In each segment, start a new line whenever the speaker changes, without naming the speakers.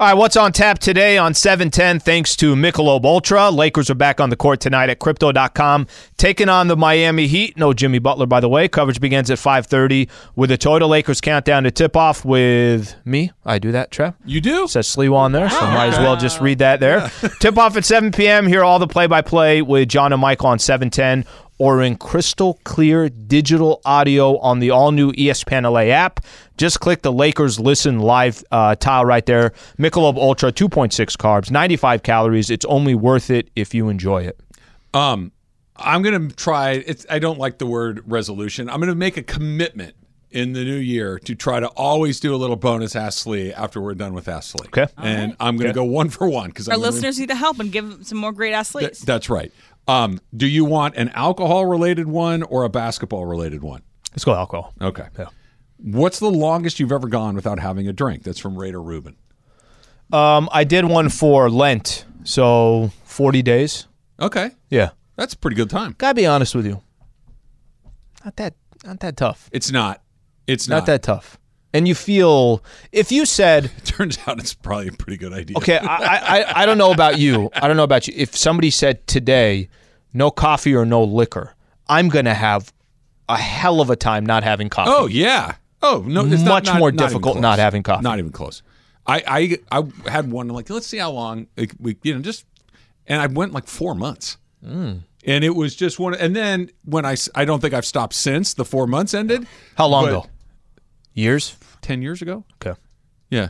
All right, what's on tap today on 710? Thanks to Michelob Ultra. Lakers are back on the court tonight at Crypto.com, taking on the Miami Heat. No Jimmy Butler, by the way. Coverage begins at 5:30 with a total Lakers countdown to tip-off with me. I do that, Trev.
You do?
Says Sliwa on there, so might as well just read that there. tip-off at 7 p.m. Hear all the play-by-play with John and Michael on 710 or in crystal clear digital audio on the E all new ESPN LA app. Just click the Lakers Listen Live uh, tile right there. Michelob Ultra, 2.6 carbs, 95 calories. It's only worth it if you enjoy it.
Um, I'm gonna try. It's I don't like the word resolution. I'm gonna make a commitment in the new year to try to always do a little bonus Ask Lee after we're done with Ask Lee.
Okay.
And I'm gonna go one for one because
Our listeners need to help and give some more great athletes.
that's right. Um, do you want an alcohol related one or a basketball related one?
Let's go alcohol.
Okay. What's the longest you've ever gone without having a drink? That's from Raider Rubin.
Um, I did one for Lent, so 40 days.
Okay.
Yeah.
That's a pretty good time.
Gotta be honest with you. Not that, not that tough.
It's not. It's
Not that tough. And you feel, if you said,
Turns out it's probably a pretty good idea.
Okay, I, I, I don't know about you. I don't know about you. If somebody said today, no coffee or no liquor, I'm gonna have a hell of a time not having coffee.
Oh yeah. Oh no, it's
Much
not, not,
more
not even
difficult
close.
not having coffee.
Not even close. I I, I had one like let's see how long like, we you know just and I went like four months.
Hmm.
And it was just one. And then when I s- I don't think I've stopped since the four months ended.
How long
But-
ago? Years.
Ten years ago.
Okay.
Yeah.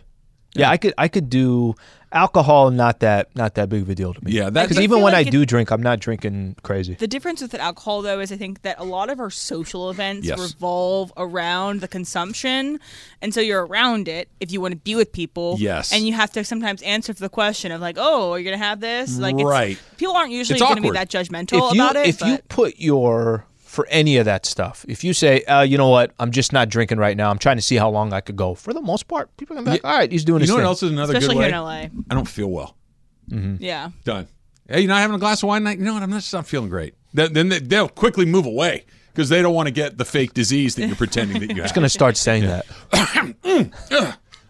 Yeah, I could I could do alcohol. Not that not that big of a deal to me.
Yeah, that-
because
I
even
feel
when
like
I
it-
do drink, I'm not drinking crazy.
The difference with alcohol, though, is I think that a lot of our social events
Yes.
revolve around the consumption, and so you're around it if you want to be with people.
Yes.
and you have to sometimes answer for the question of like, "Oh, are you gonna have this?" Like, it's-
Right.
people aren't usually
It's
going to be
awkward.
that judgmental
if you
about it.
if you
but-
put your for any of that stuff, if you say, uh, you know what, I'm just not drinking right now. I'm trying to see how long I could go. For the most part, people are gonna be like, all right, he's doing
You
his
know what
thing.
else is another
especially
good way?
here in LA,
I don't feel well.
yeah.
Done. Hey, you're not having a glass of wine tonight? You know what? I'm not, just not feeling great. Then, then they, they'll quickly move away because they don't want to get the fake disease that you're pretending that you have.
I'm gonna start saying that.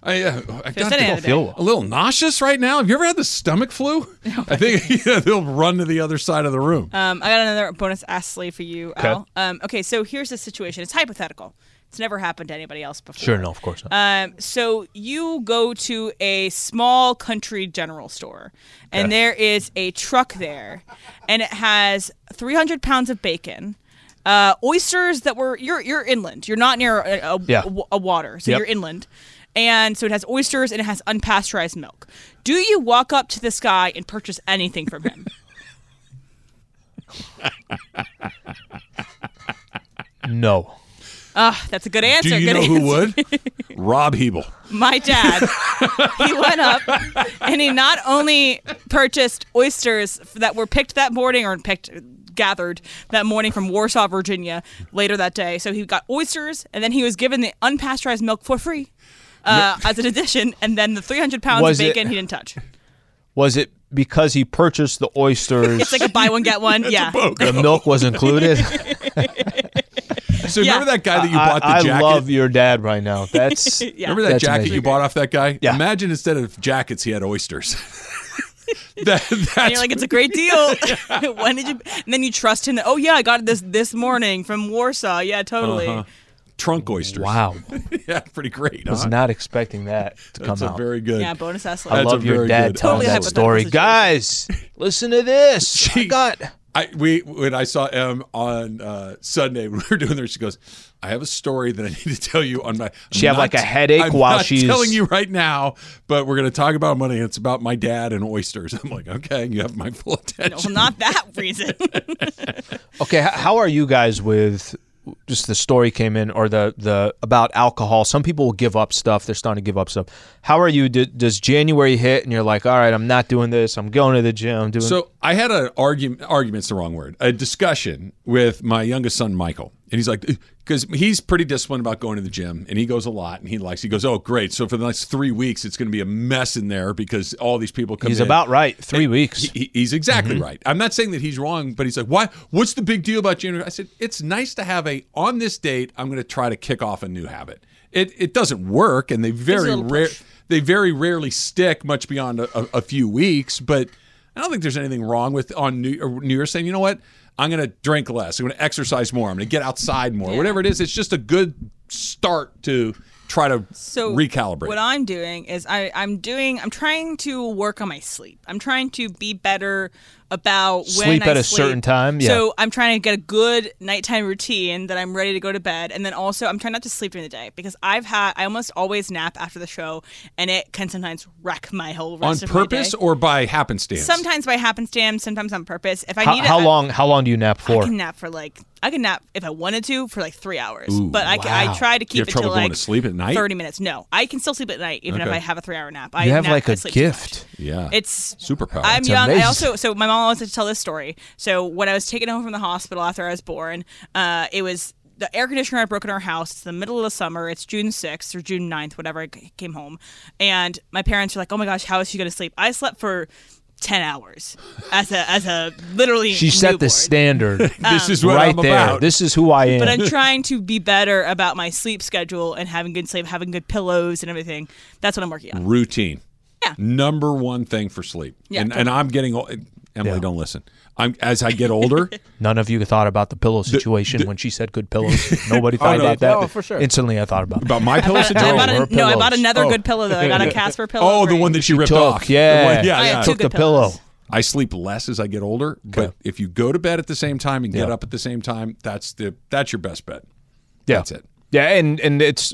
I, uh, I got
any
the-
other day. Feel
well.
a little nauseous right now. Have you ever had the stomach flu? I think yeah, they'll run to the other side of the room.
Um, I got another bonus Astley for you, Al. Um, okay, so here's the situation. It's hypothetical. It's never happened to anybody else before.
Sure, no, of course not.
Um, so you go to a small country general store, and there is a truck there, and it has 300 pounds of bacon, uh, oysters that were you're you're inland, you're not near a, a,
Yeah.
a- a water, so
Yep.
you're inland, and so it has oysters and it has unpasteurized milk. Do you walk up to this guy and purchase anything from him?
Uh, no.
Ah, that's a good answer.
Do you
good
know
answer.
who would? Rob Hebel.
my dad he went up and he not only purchased oysters that were picked that morning or picked gathered that morning from warsaw virginia later that day so he got oysters and then he was given the unpasteurized milk for free uh, as an addition and then the 300 pounds
Was
of
it-
bacon he didn't touch
Was it because he purchased the oysters?
it's like a buy one get one yeah
the milk was included.
So
Yeah.
remember that guy that you
I,
bought the
I
jacket?
love your dad right now. That's
Yeah.
Remember that
That's
jacket
amazing.
you bought off that guy?
Yeah.
Imagine instead of jackets, he had oysters. that, that's
and you're like, it's a great deal. when did you? And then you trust him. That, oh yeah, I got this this morning from Warsaw. Yeah, totally.
trunk oysters.
wow.
yeah, pretty great.
Was
huh?
not expecting that to come
that's a
out.
very good.
Yeah, bonus ass.
I
That's
love
a
your
very
dad
good-
telling
Totally
that
hypothetical
story.
situation.
Guys, listen to this. I
She-
got
I we when I saw Em on uh, Sunday when we were doing this, she goes, "I have a story that I need to tell you on my." I'm
She have,
not-
like, a headache
I'm
while
not
she's-
telling you right now, but we're going to talk about money. It's about my dad and oysters. I'm like, okay, you have my full
No,
attention.
well, not that reason.
Okay, h- how are you guys with just the story came in or the the about alcohol? Some people will give up stuff. They're starting to give up stuff. How are you? D- does January hit and you're like, all right, I'm not doing this. I'm going to the gym. Doing
So I had an argument. Argument's the wrong word. A discussion with my youngest son Michael, and he's like, because he's pretty disciplined about going to the gym, and he goes a lot, and he likes. He goes, oh great. So for the next three weeks, it's going to be a mess in there because all these people come.
he's
in.
about right. Three weeks.
He- he- he's
Mm-hmm.
exactly right. I'm not saying that he's wrong, but he's like, why? What's the big deal about January? I said, it's nice to have a on this date. I'm going to try to kick off a new habit. It it doesn't work, and they very
little
rare
push.
they very rarely stick much beyond a, a, a few weeks. But I don't think there's anything wrong with on New, or New Year's saying, you know what, I'm going to drink less. I'm going to exercise more. I'm going to get outside more.
Yeah.
Whatever it is, it's just a good start to try to
so
recalibrate.
What I'm doing is I, I'm doing I'm trying to work on my sleep. I'm trying to be better about when
Sleep
I
at a certain time, yeah.
So I'm trying to get a good nighttime routine that I'm ready to go to bed, and then also I'm trying not to sleep during the day because I've had I almost always nap after the show, and it can sometimes wreck my whole
on
rest of my
purpose
day.
or by happenstance?
Sometimes by happenstance, sometimes on purpose. If I
How,
need
how
it, I-
long? How long do you nap for?
I can nap for like I can nap if I wanted to for like three hours, but I, ca-
wow.
I try to
You
keep
have
it
trouble
to
going
like
to sleep at night?
Thirty minutes. No, I can still sleep at night even if
Okay.
I have a three hour nap. I
you have
nap,
like
I
a
sleep too much.
gift.
yeah,
It's
Superpower.
I'm
It's
young.
amazing.
I also so my mom always had to tell this story. So when I was taken home from the hospital after I was born, uh, it was the air conditioner had broken in our house. It's the middle of the summer. It's June 6th or June 9th, whatever. I c- came home, and my parents were like, "Oh my gosh, how is she going to sleep?" I slept for. 10 hours as a as a literally
she set the
newborn.
standard
this is what
right
I'm
there.
about.
This is who I am.
but I'm trying to be better about my sleep schedule and having good sleep, having good pillows and everything. That's what I'm working on.
routine.
Yeah.
Number one thing for sleep.
Yeah,
and, and
totally.
I'm getting old. Emily,
Yeah.
don't listen. I'm as I get older.
None of you thought about the pillow situation when she said good pillows. Nobody thought
no.
about that.
Oh, for sure.
Instantly, I thought about it.
about my pillow
I
situation.
bought
her
a, no, I bought
pillows.
another
Oh.
good pillow though. I got a Casper pillow.
Oh, the
for
one
you.
that she ripped
took,
off.
yeah.
The one- Oh, yeah,
I
yeah.
have two
Took
good
the pillow.
pillows.
I sleep less as I get older, but if you go to bed at the same time and get up at the same time, that's the that's your best bet.
Yeah.
That's it.
Yeah, and and it's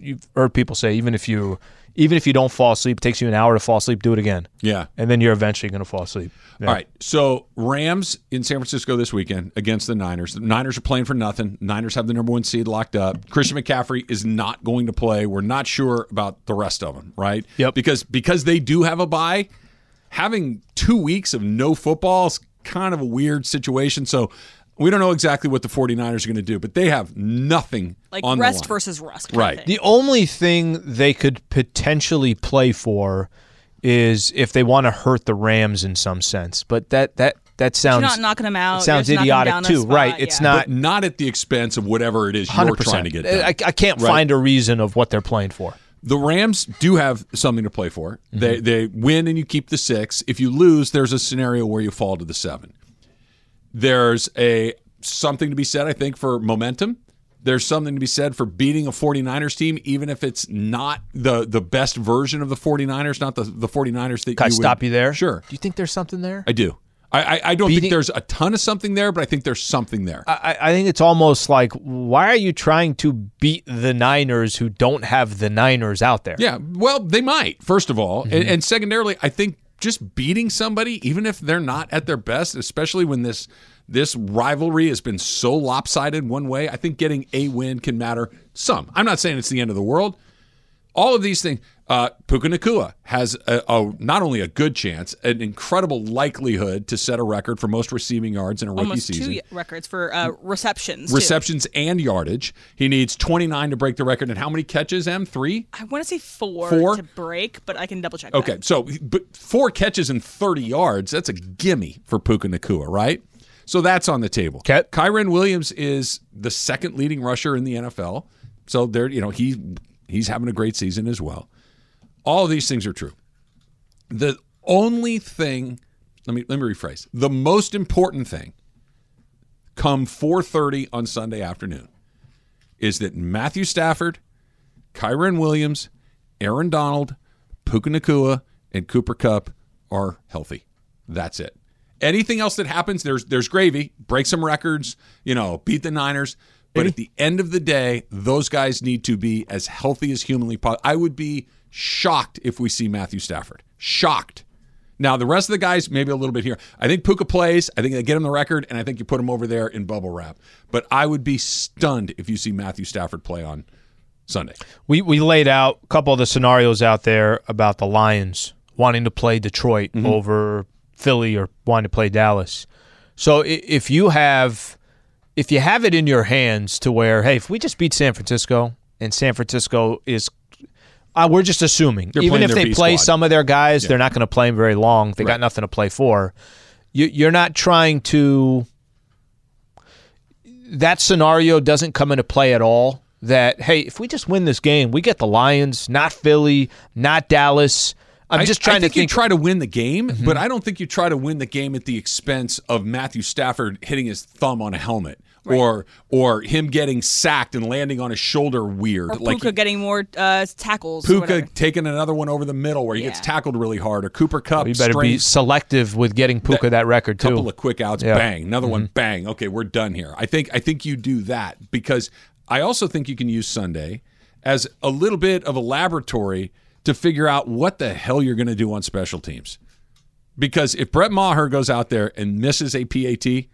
you've heard people say even if you even if you don't fall asleep, it takes you an hour to fall asleep. Do it again.
Yeah.
and then you're eventually going to fall asleep. Yeah.
All right. So Rams in San Francisco this weekend against the Niners. The Niners are playing for nothing. Niners have the number one seed locked up. Christian McCaffrey is not going to play. We're not sure about the rest of them, right?
Yep.
Because because they do have a bye, having two weeks of no football is kind of a weird situation. So we don't know exactly what the 49ers are going to do, but they have nothing
like
on the
rest
line.
versus rust. kind of
Right.
thing.
The only thing they could potentially play for is if they want to hurt the Rams in some sense. But that that that sounds
You're not knocking them out.
it sounds
You're just knocking
idiotic
down a
too,
spot,
right? It's
yeah.
not
But not at the expense of whatever it is
hundred
you're
percent.
trying to get done.
I, I can't find a reason of what they're playing for.
the Rams do have something to play for.
Mhm.
They they win and you keep the six. If you lose, there's a scenario where you fall to the seven. There's a something to be said, I think, for momentum. There's something to be said for beating a 49ers team, even if it's not the the best version of the 49ers, not the, the 49ers that
Can I
you would-
stop you there?
Sure.
Do you think there's something there?
I do. I, I, I don't
Beating-
think there's a ton of something there, but I think there's something there.
I, I think it's almost like why are you trying to beat the Niners who don't have the Niners out there?
Yeah, well, they might. First of all,
Mm-hmm.
and, and secondarily, I think just beating somebody, even if they're not at their best, especially when this this rivalry has been so lopsided one way, I think getting a win can matter some. I'm not saying it's the end of the world. All of these things. Uh, Puka Nakua has a, a, not only a good chance, an incredible likelihood to set a record for most receiving yards in a rookie
almost
season
two records for uh, receptions. too.
receptions and yardage. He needs 29 to break the record. And how many catches, M? Three?
I want to say four,
Four?
to break, but I can double check.
Okay, so but four catches and 30 yards, that's a gimme for Puka Nakua, right? So that's on the table.
Okay.
Kyron Williams is the second leading rusher in the NFL. So there, you know, he he's having a great season as well. All of these things are true. The only thing, let me let me rephrase. The most important thing come 4:30 on Sunday afternoon is that Matthew Stafford, Kyron Williams, Aaron Donald, Puka Nakua, and Cooper Cup are healthy. That's it. Anything else that happens, there's there's gravy. Break some records, you know, beat the Niners. But at the end of the day, those guys need to be as healthy as humanly possible. I would be shocked if we see Matthew Stafford. Shocked. Now the rest of the guys maybe a little bit here. I think Puka plays. I think they get him the record, and I think you put him over there in bubble wrap. But I would be stunned if you see Matthew Stafford play on Sunday.
We we laid out a couple of the scenarios out there about the Lions wanting to play Detroit
Mm-hmm.
over Philly or wanting to play Dallas. So i- if you have if you have it in your hands to where hey, if we just beat San Francisco and San Francisco is uh, we're just assuming
They're
even
playing
if
their
they
B
play
squad.
some of their guys, they're not going to play 'em very long. They got nothing to play for. You, you're not trying to that scenario doesn't come into play at all that hey, if we just win this game, we get the Lions, not Philly, not Dallas. I'm
I-
just trying
I think
to think. Mm-hmm.
you try to win the game, but I don't think you try to win the game at the expense of Matthew Stafford hitting his thumb on a helmet. Or or him getting sacked and landing on his shoulder weird,
Or
like
Puka getting more uh, tackles. or
Puka
whatever.
taking another one over the middle where he gets
Yeah.
tackled really hard, or Cooper Cup.
you Oh, better be
strings-
selective with getting Puka that, record too.
couple of quick outs,
Yeah. Mm-hmm.
bang, another one, bang. Okay, we're done here. I think I think you do that because I also think you can use Sunday as a little bit of a laboratory to figure out what the hell you're going to do on special teams. Because if Brett Maher goes out there and misses a PAT,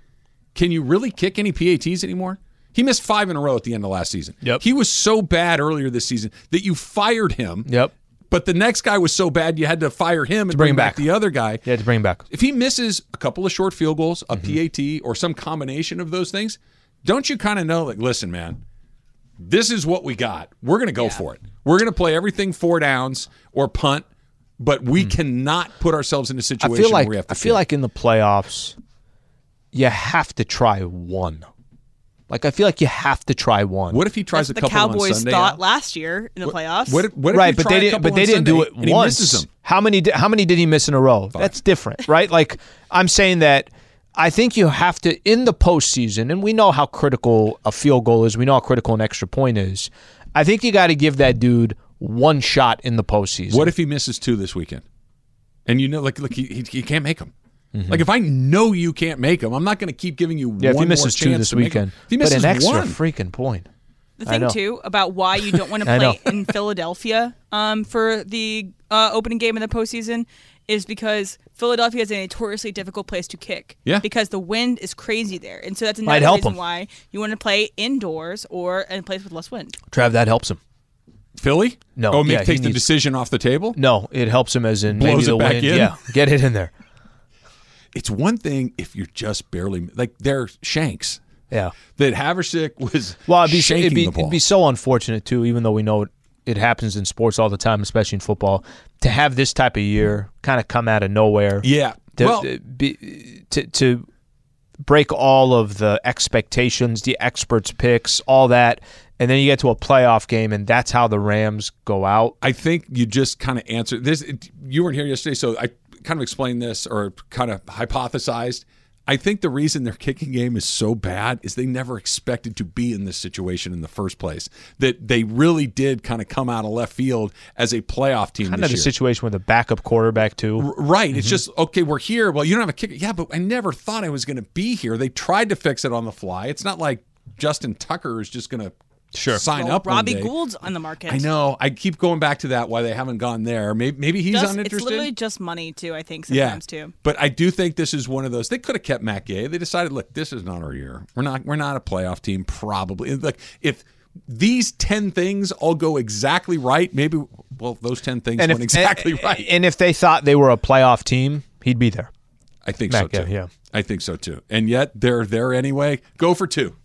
can you really kick any PATs anymore? He missed five in a row at the end of last season.
Yep.
He was so bad earlier this season that you fired him.
Yep.
But the next guy was so bad you had to fire him and
bring
bring,
him
back
back.
the other guy
yeah, to bring him back.
if he misses a couple of short field goals,
Mm-hmm.
a PAT, or some combination of those things, don't you kind of know, like, listen, man, this is what we got. We're going to go for it. We're going to play everything four downs or punt, but we cannot put ourselves in
Mm. I
a situation
feel like
where we have to
I feel
kick.
like in the playoffs, you have to try one. Like I feel like you have to try one.
What if he tries a
the
couple on
Cowboys
Sunday?
thought
Al?
last year in the playoffs.
what if, what if
right,
you
but
try
they
a
didn't.
couple
But they
on
didn't do
Sunday
it
and he
once.
misses 'em?
How many? Did, how many did he miss in a row? That's different, right? Like I'm saying that. I think you have to in the postseason, and we know how critical a field goal is. We know how critical an extra point is. I think you got to give that dude one shot in the postseason.
What if he misses two this weekend? And you know, like, look, he, he, he can't make them. Like, if I know you can't make them, I'm not going to keep giving you
Mm-hmm. yeah, if
one
he misses
more
two
chance
this
to make 'em.
weekend,
If he misses
but an extra
one,
freaking point.
The
I
thing
know.
too about why you don't want to
I know.
play in Philadelphia um, for the uh, opening game in the postseason is because Philadelphia is a notoriously difficult place to kick.
Yeah.
Because the wind is crazy there, and so that's
Might
another
help
reason
'em.
why you want to play indoors or in a place with less wind.
Trav, that helps him.
Philly?
No,
Oh, Mick
yeah, he
takes the
needs-
decision off the table?
No, it helps him as in maybe
Blows
the
it back
wind.
in?
Yeah, get it in there.
It's one thing if you're just barely like they're shanks.
Yeah.
That Haversick was
Well, it'd be,
shanking
it'd, be,
the ball.
it'd be so unfortunate too, even though we know it, it happens in sports all the time, especially in football, to have this type of year kind of come out of nowhere.
yeah.
To,
well,
to be, to, to break all of the expectations, the experts' picks, all that, and then you get to a playoff game, and that's how the Rams go out.
I think you just kind of answered this. It, you weren't here yesterday, so I kind of explained this or kind of hypothesized. I think the reason their kicking game is so bad is they never expected to be in this situation in the first place. That they really did kind of come out of left field as a playoff team.
Kind
this
of a
year.
situation with a backup quarterback too.
Right. It's just okay. We're here. Well, you don't have a kicker. Yeah, but I never thought I was going to be here. They tried to fix it on the fly. It's not like Justin Tucker is just going to sign
Well,
up. one
Robbie
day.
Gould's on the market.
I know. I keep going back to that. Why they haven't gone there? Maybe maybe he's
Just,
uninterested.
it's literally just money too. I think
yeah,
sometimes too.
but I do think this is one of those. They could have kept Matt Gay. They decided, look, this is not our year. We're not. We're not a playoff team. Probably. Like if these ten things all go exactly right, maybe. Well, those ten things went exactly
and-
right.
And if they thought they were a playoff team, he'd be there.
I think
Mac,
so
yeah,
too.
yeah.
I think so too. And yet they're there anyway. Go for two,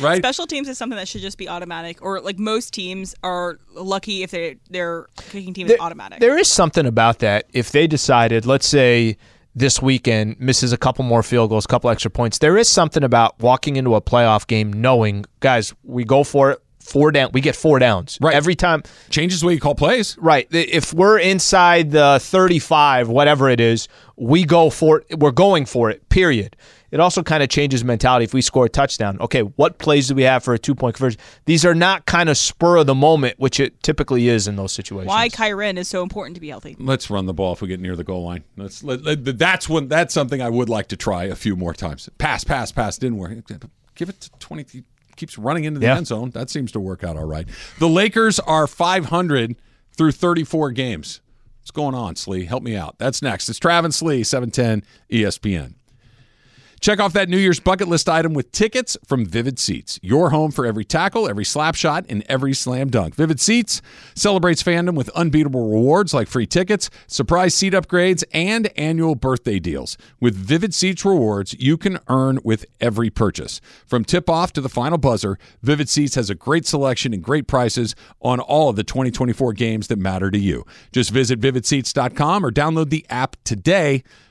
right?
Special teams is something that should just be automatic, or like most teams are lucky if they their kicking team is
There-
automatic.
There is something about that. If they decided, let's say this weekend misses a couple more field goals, couple extra points, there is something about walking into a playoff game knowing, guys, we go for it, four down, we get four downs
Right.
every time.
Changes the way you call plays.
Right. th- If we're inside the 35, whatever it is, we go for it. We're going for it, period. It also kind of changes mentality if we score a touchdown. Okay, what plays do we have for a two point conversion? These are not kind of spur of the moment, which it typically is in those situations.
why Kyren is so important to be healthy.
Let's run the ball if we get near the goal line. Let's. Let, let- that's when. That's something I would like to try a few more times. Pass, pass, pass. Didn't work. Give it to twenty. He keeps running into the
Yeah.
end zone. That seems to work out all right. The Lakers are five hundred through thirty-four games. What's going on, Slee? Help me out. That's next. It's Travis Slee, seven ten, E ESPN. Check off that New Year's bucket list item with tickets from Vivid Seats. Your home for every tackle, every slap shot, and every slam dunk. Vivid Seats celebrates fandom with unbeatable rewards like free tickets, surprise seat upgrades, and annual birthday deals. With Vivid Seats rewards, you can earn with every purchase. From tip off to the final buzzer, Vivid Seats has a great selection and great prices on all of the 2024 games that matter to you. Just visit vividseats.com E or download the app today.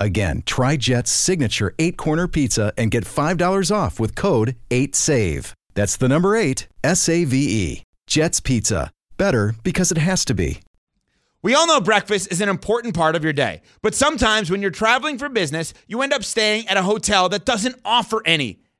Again, try Jet's signature eight corner pizza and get $5 off with code 8SAVE. That's the number eight, S A V E. Jet's Pizza. Better because it has to be.
We all know breakfast is an important part of your day, but sometimes when you're traveling for business, you end up staying at a hotel that doesn't offer any.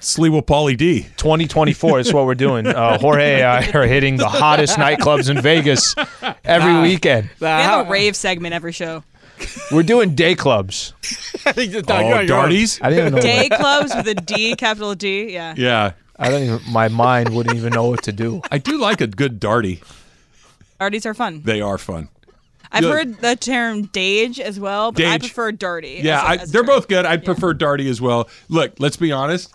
Sliwa Pauly D.
2024 is what we're doing. Uh, Jorge and I are hitting the hottest nightclubs in Vegas every weekend.
We have a rave segment every show.
We're doing day clubs.
Oh, Darties?
I didn't even know.
Day clubs with a D, capital D. Yeah.
Yeah.
I don't even. My mind wouldn't even know what to do.
I do like a good darty.
Darties are fun.
They are fun.
I've
Yeah.
heard the term dage as well, but I
Dage.
prefer dirty.
Yeah,
as a-
I,
as a
they're
term.
both good. I'd prefer darty as well. Look, let's be honest.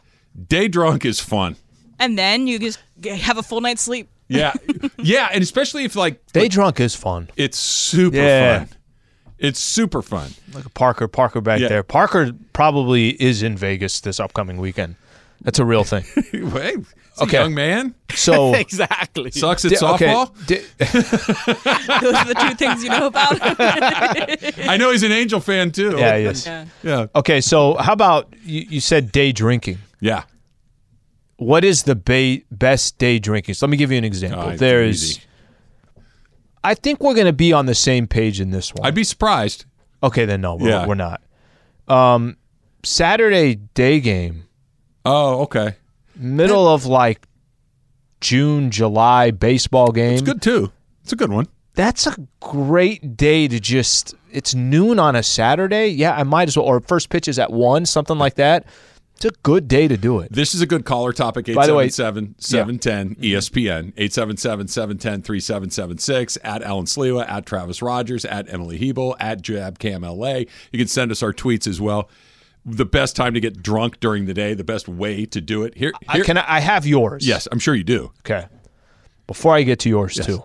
Day drunk is fun.
And then you just g- have a full night's sleep.
Yeah. yeah, and especially if like
Day drunk is fun.
it's super
Yeah.
fun. It's super fun.
Look at Parker. Parker back
Yeah.
there. Parker probably is in Vegas this upcoming weekend. That's a real thing.
Wait, it's
Okay.
a young man
So
Exactly.
sucks at
Di- okay,
softball.
di-
Those are the two things you know about.
I know he's an Angel fan too.
yeah. Yes.
Yeah.
yeah,
Okay. So how about you, you said day drinking?
yeah.
what is the ba- best day drinking? So let me give you an example.
Oh, it's
there
easy.
is, I think we're going to be on the same page in this one.
I'd be surprised.
okay, then no, we're,
Yeah.
we're not. Um, Saturday day game,
Oh, okay.
middle of like June, July baseball game.
It's good too. It's a good one.
That's a great day to just. It's noon on a Saturday. Yeah, I might as well. Or first pitch is at one, something like that. It's a good day to do it.
This is a good caller topic.
By the way- Mm-hmm.
877 710 ESPN. 877 710 3776. At Alan Slewa, at Travis Rogers, at Emily Hebel, at JabCamLA. You can send us our tweets as well. The best time to get drunk during the day, the best way to do it. Here,
I,
here-
can I, I have yours?
Yes, I'm sure you do.
Okay. Before I get to yours too.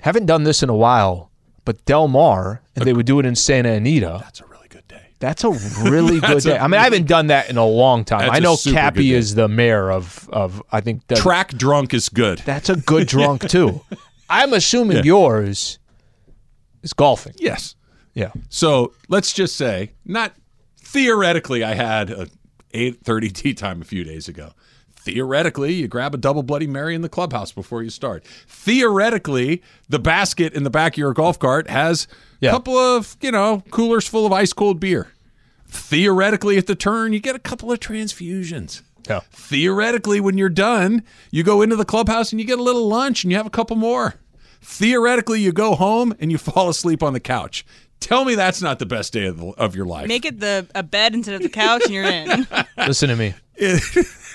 Haven't done this in a while, but Del Mar, and they would do it in Santa Anita.
That's a really good day.
That's a really good
That's
day.
a
I mean, I haven't done that in a long time.
That's
I
a
know
super good
Cappy
day.
is the mayor of of I think the,
Track drunk is good.
that's a good drunk too. I'm assuming yours is golfing.
Yes.
Yeah.
So let's just say, not theoretically, I had a 8:30 tea time a few days ago. Theoretically, you grab a double Bloody Mary in the clubhouse before you start. Theoretically, the basket in the back of your golf cart has a
Yeah.
couple of you know coolers full of ice cold beer. Theoretically, at the turn, you get a couple of transfusions.
Yeah.
Theoretically, when you're done, you go into the clubhouse and you get a little lunch and you have a couple more. Theoretically, you go home and you fall asleep on the couch. Tell me that's not the best day of, the, of your life.
Make it the a bed instead of the couch, and you're in.
Listen to me.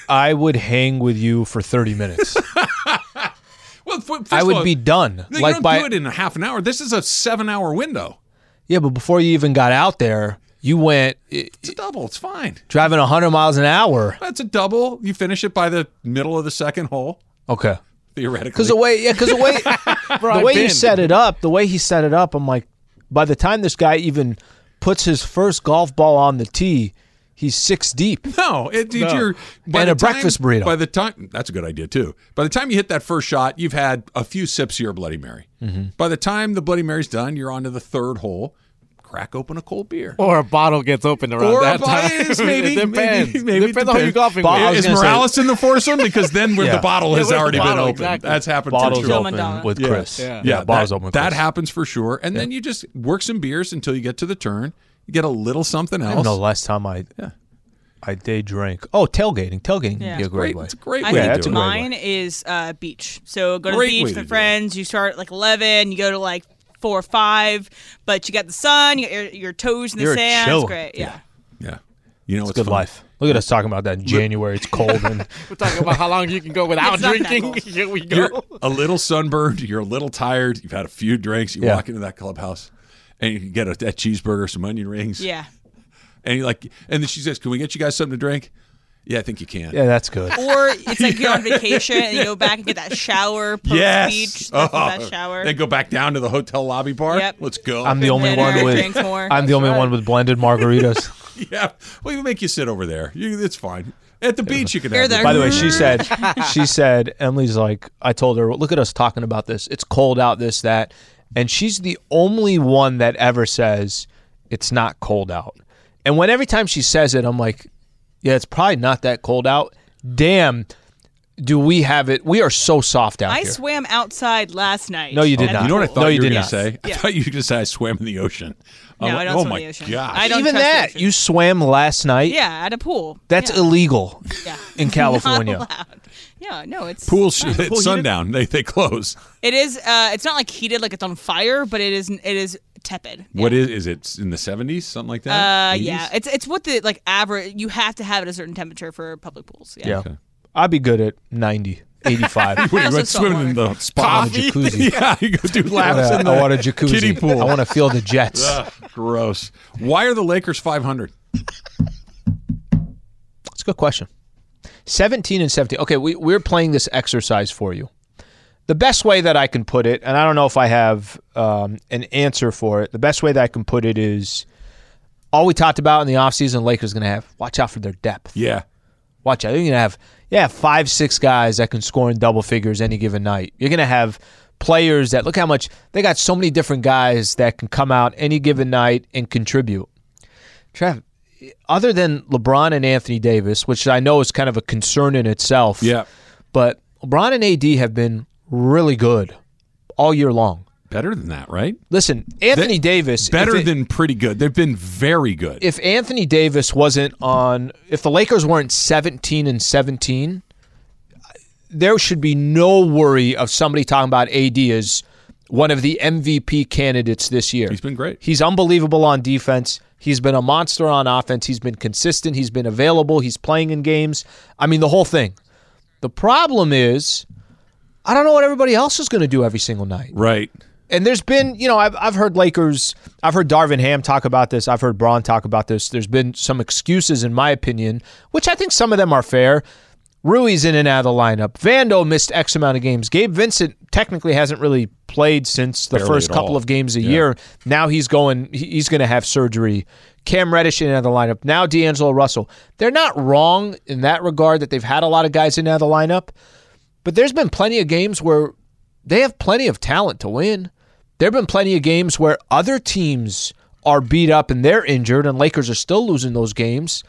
I would hang with you for 30 minutes.
well, f- first
I
of
would
all,
be done.
You
like
don't
by
do it in a half an hour. This is a seven-hour window.
Yeah, but before you even got out there, you went eh,
It's a double. It's fine.
driving 100 miles an hour.
That's a double. You finish it by the middle of the second hole.
Okay.
Theoretically,
Because the way, yeah, because the way, the way he
been.
set it up, the way he set it up, I'm like, by the time this guy even puts his first golf ball on the tee, he's six deep.
No, it, no. You're, by
And
the
a breakfast
time-
burrito.
By the time that's a good idea too. By the time you hit that first shot, you've had a few sips of your Bloody Mary.
Mm-hmm.
By the time the Bloody Mary's done, you're on to the third hole. Crack open a cold beer.
Or a bottle gets opened around
Or
that
a bottle
time.
maybe,
it depends.
maybe, maybe it
depends on who you're
depends.
golfing
Bottle- I
with.
was
is
gonna say-
Morales in the foursome? Because then when
Yeah.
the bottle has
Yeah, with
already
the
been
bottle,
open,
exactly.
that's happened
Bottles
too.
Joe
open
Mandala.
with
Yeah.
Chris.
Yeah.
yeah,
bottles
that,
open. With
That
Chris.
happens for sure. And then you just work some beers until you get to the turn. You get a little something
I don't
else.
know. Last time I, I day drank. Oh, tailgating. Tailgating can
Yeah.
be a
It's
great,
Great,
way.
it's a great
I
way
Yeah,
to
think
that's
do it.
a great
mine is uh, beach. So go to
Great way
the beach
to
with
do
friends. You start at like eleven. You go to like four, five. But you got the sun, you got your, your toes in the
You're a
sand.
chiller.
It's great. Yeah.
Yeah. You know it's
Good
fun?
life. Look at us talking about that in January. It's cold and
We're talking about how long you can go without
It's not that
drinking.
cold.
Here we
You're
go.
a little sunburned. You're a little tired. You've had a few drinks. You
Yeah.
walk into that clubhouse, and you get a, that cheeseburger, some onion rings,
Yeah.
and you like. And then she says, "Can we get you guys something to drink?" Yeah, I think you can.
yeah, that's good.
Or it's like you're on vacation and you go back and get that shower post beach. That's the best shower.
Oh. Then go back down to the hotel lobby bar.
Yep.
Let's go.
I'm the only
Dinner,
one with
drinks more.
I'm the only one with blended margaritas.
yeah. Well, you make you sit over there. You, it's fine. At the beach, you can.
You're
have
there.
it.
By the way, she said she said Emily's like I told her, look at us talking about this. It's cold out this that. And she's the only one that ever says it's not cold out. And when every time she says it, I'm like, yeah, it's probably not that cold out. Damn. Do we have it? We are so soft out
I
here.
swam outside last night.
No, you did
at
not.
the
You know what I
pool.
thought
No,
you,
you
were
did
going to
not.
say? I
Yeah.
thought you just said I swam in the ocean. I'm
No,
like,
I don't
oh
swim
my
in the ocean.
gosh.
I don't
Even
trust the
that,
ocean.
you swam last night.
Yeah, at a pool.
That's
yeah.
illegal
Yeah.
in California.
Not allowed. Yeah, no, it's
pool sh- at sundown. They they close.
It is. Uh, it's not like heated, like it's on fire, but it is. It is tepid.
What is is it in the 70s? Something like that.
Uh,
80s?
yeah, it's it's what the like average. You have to have it at a certain temperature for public pools. Yeah.
Yeah. I'd be good at 90, 85.
When you
also
went
salt
swimming in the
I
spa.
want a jacuzzi.
yeah, you go do
I
laps in
want, a,
the
I want a jacuzzi.
kiddie pool.
I want to feel the jets.
Ugh, gross. Why are the Lakers 500?
That's a good question. 17 and 17. Okay, we, we're playing this exercise for you. The best way that I can put it, and I don't know if I have um, an answer for it, the best way that I can put it is all we talked about in the offseason, Lakers going to have watch out for their depth.
Yeah.
Watch out. You're going to have, yeah, five, six guys that can score in double figures any given night. You're going to have players that, look how much, they got so many different guys that can come out any given night and contribute. Trev, other than LeBron and Anthony Davis, which I know is kind of a concern in itself.
Yeah.
But LeBron and AD have been really good all year long.
Better than that, right?
Listen, Anthony Davis. if
Better
it-
than pretty good. They've been very good.
if Anthony Davis wasn't on, if the Lakers weren't 17 and 17, there should be no worry of somebody talking about AD as one of the MVP candidates this year.
He's been great.
He's unbelievable on defense. He's been a monster on offense. He's been consistent. He's been available. He's playing in games. I mean, the whole thing. The problem is, I don't know what everybody else is going to do every single night
right.
and there's been, you know, I've, I've heard Lakers, I've heard Darvin Ham talk about this, I've heard Braun talk about this. There's been some excuses, in my opinion, which I think some of them are fair. Rui's in and out of the lineup. Vando missed X amount of games. Gabe Vincent technically hasn't really played since the
Barely
first
at
couple
all.
of games a year. Now he's going, he- he's going to have surgery. Cam Reddish in and out of the lineup. Now D'Angelo Russell. They're not wrong in that regard that they've had a lot of guys in and out of the lineup. But there's been plenty of games where they have plenty of talent to win. There have been plenty of games where other teams are beat up and they're injured, and Lakers are still losing those games.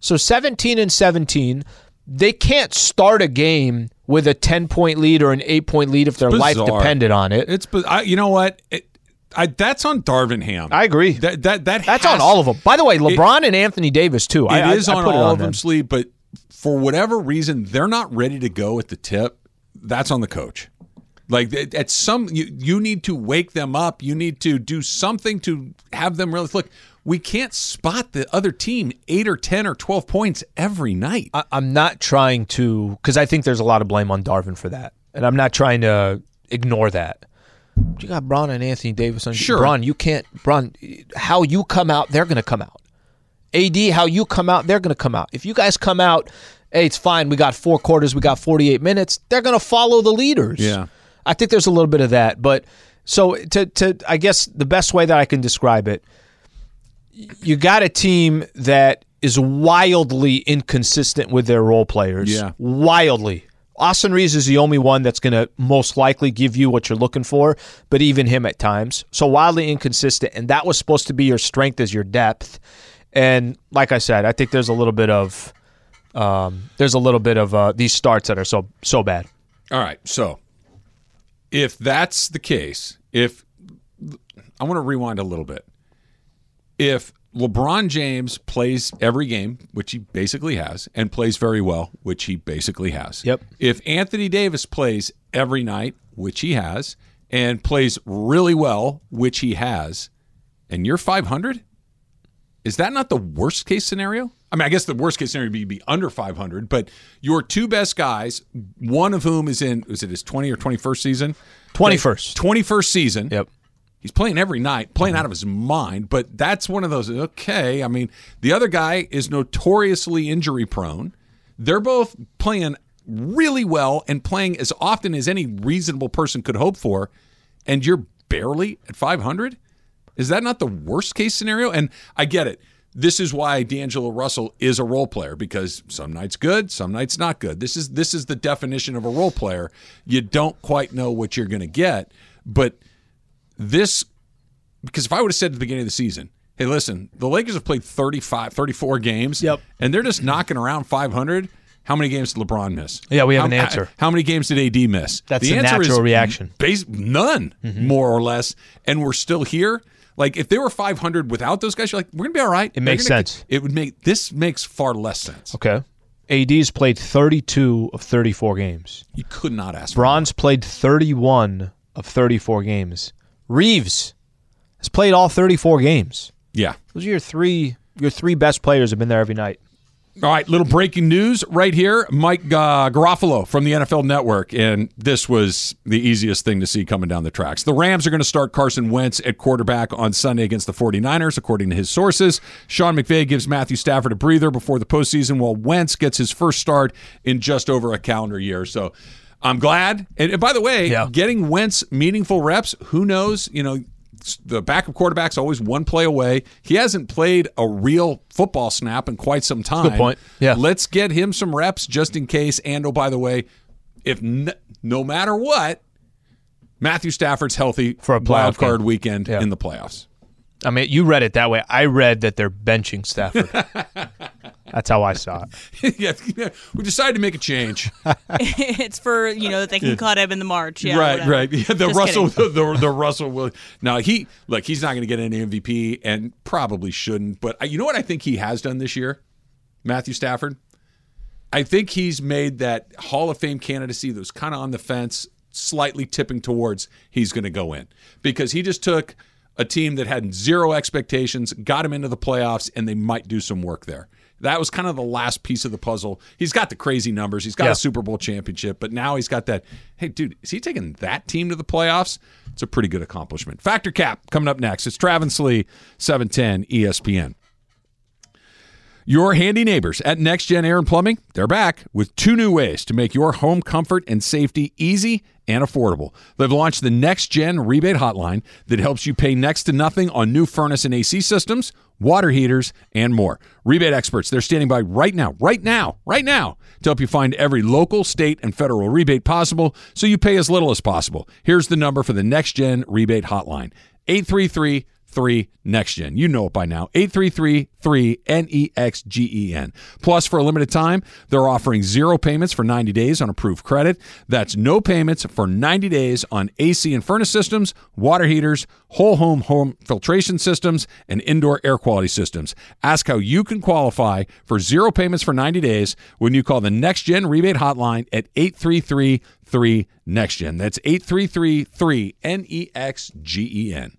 So 17 and 17, they can't start a game with a 10 point lead or an 8 point lead if their life
bizarre.
depended on it.
It's bu- I, you know what? It, I, that's on Darvin Ham.
I agree.
That that that
That's
has-
on all of them. By the way, LeBron and Anthony Davis, too.
It is
I, I- I
on
put it
all
on
of them, Sleep, but for whatever reason, they're not ready to go at the tip. That's on the coach. Like th- at some, you, you need to wake them up. You need to do something to have them realize. Look, we can't spot the other team eight or ten or twelve points every night.
I- I'm not trying to, because I think there's a lot of blame on Darvin for that, and I'm not trying to ignore that. You got Braun and Anthony Davis on.
Sure.
Braun, you can't. Braun, how you come out, they're going to come out. AD, how you come out, they're going to come out. If you guys come out, hey, it's fine. We got four quarters. We got 48 minutes. They're going to follow the leaders.
Yeah.
I think there's a little bit of that, but so to to I guess the best way that I can describe it, you got a team that is wildly inconsistent with their role players.
Yeah.
Wildly. Austin Reeves is the only one that's going to most likely give you what you're looking for, but even him at times. So wildly inconsistent. And that was supposed to be your strength as your depth. And like I said, I think there's a little bit of. Um, there's a little bit of uh, these starts that are so so bad.
All right. So if that's the case, if I want to rewind a little bit. If LeBron James plays every game, which he basically has, and plays very well, which he basically has.
Yep.
If Anthony Davis plays every night, which he has, and plays really well, which he has, and you're 500, is that not the worst case scenario? I mean, I guess the worst case scenario would be, be under 500, but your two best guys, one of whom is in, was it his 20 or 21st season?
21st.
21st season.
Yep.
He's playing every night, playing out of his mind, but that's one of those, okay. I mean, the other guy is notoriously injury prone. They're both playing really well and playing as often as any reasonable person could hope for, and you're barely at 500? Is that not the worst case scenario? And I get it. This is why D'Angelo Russell is a role player because some nights good, some nights not good. This is this is the definition of a role player. You don't quite know what you're going to get, but this because if I would have said at the beginning of the season, hey, listen, the Lakers have played 35, 34 games,
Yep.
and they're just knocking around 500. How many games did LeBron miss?
Yeah, we have
How-
an answer.
How, many games did AD miss?
That's the natural reaction. Mm-hmm.
Base, none, more or less, and we're still here. Like if they were 500 without those guys, you're like, we're gonna be all right. It
makes sense.
It would make this makes far less sense.
Okay. AD's played 32 of 34 games.
You could not ask. for
Bron's played 31 of 34 games. Reeves has played all 34 games.
Yeah.
Those are your three. Your three best players have been there every night.
All right, little breaking news right here. Mike uh, Garofalo from the NFL Network, and this was the easiest thing to see coming down the tracks. The Rams are going to start Carson Wentz at quarterback on Sunday against the 49ers, according to his sources. Sean McVay gives Matthew Stafford a breather before the postseason, while Wentz gets his first start in just over a calendar year. So I'm glad. And, and by the way,
Yeah.
getting Wentz meaningful reps, who knows? You know, the backup quarterback's always one play away. He hasn't played a real football snap in quite some time.
point. Yeah.
Let's get him some reps just in case. And oh, by the way, if n- no matter what, Matthew Stafford's healthy
For a playoff
wild card
game.
weekend
Yeah.
in the playoffs.
I mean, you read it that way. I read that they're benching Stafford. That's how I saw it.
yeah, we decided to make a change.
it's for you know that they can cut him in the March. Yeah,
right,
whatever.
right. Yeah, the
Just
Russell,
kidding.
the, the, the Russell will. Now he look, he's not going to get any MVP, and probably shouldn't. But I, you know what I think he has done this year, Matthew Stafford. I think he's made that Hall of Fame candidacy that was kind of on the fence, slightly tipping towards he's going to go in because he just took a team that had zero expectations, got him into the playoffs, and they might do some work there. That was kind of the last piece of the puzzle. He's got the crazy numbers. He's got
Yeah.
a Super Bowl championship, but now he's got that. Hey, dude, is he taking that team to the playoffs? It's a pretty good accomplishment. Factor Cap coming up next. It's Travis Lee, E 710 ESPN. Your handy neighbors at Next Gen Air and Plumbing, they're back with two new ways to make your home comfort and safety easy and affordable. They've launched the Next Gen Rebate Hotline that helps you pay next to nothing on new furnace and AC systems, water heaters, and more. Rebate experts, they're standing by right now, right now, right now to help you find every local, state, and federal rebate possible so you pay as little as possible. Here's the number for the Next Gen Rebate Hotline 833- 3 next gen. You know it by now. 833 3 N E X G E N. Plus, for a limited time, they're offering zero payments for 90 days on approved credit. That's no payments for 90 days on AC and furnace systems, water heaters, whole home home filtration systems, and indoor air quality systems. Ask how you can qualify for zero payments for 90 days when you call the next gen rebate hotline at 833 3 next gen. That's 833 3 N E X G E N.